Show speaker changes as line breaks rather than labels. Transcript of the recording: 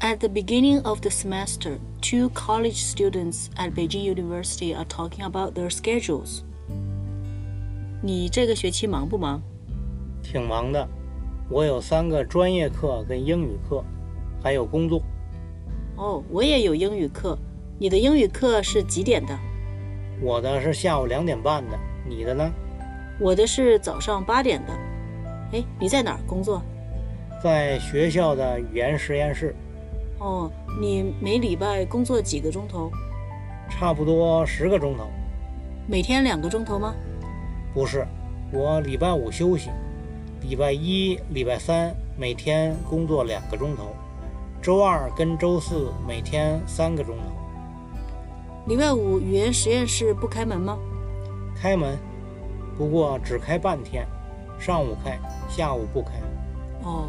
At the beginning of the semester, two college students at Beijing University are talking about their schedules. 你这个学期忙不忙？
挺忙的，我有三个专业课跟英语课，还有工作。
哦，我也有英语课。你的英语课是几点的？
我的是下午两点半的，你的呢？
我的是早上八点的。哎，你在哪儿工作？
在学校的语言实验室，
哦，你每礼拜工作几个钟头？
差不多十个钟头。
每天两个钟头吗？
不是，我礼拜五休息，礼拜一、礼拜三每天工作两个钟头，周二跟周四每天三个钟头。
礼拜五语言实验室不开门吗？
开门，不过只开半天，上午开，下午不开。
哦。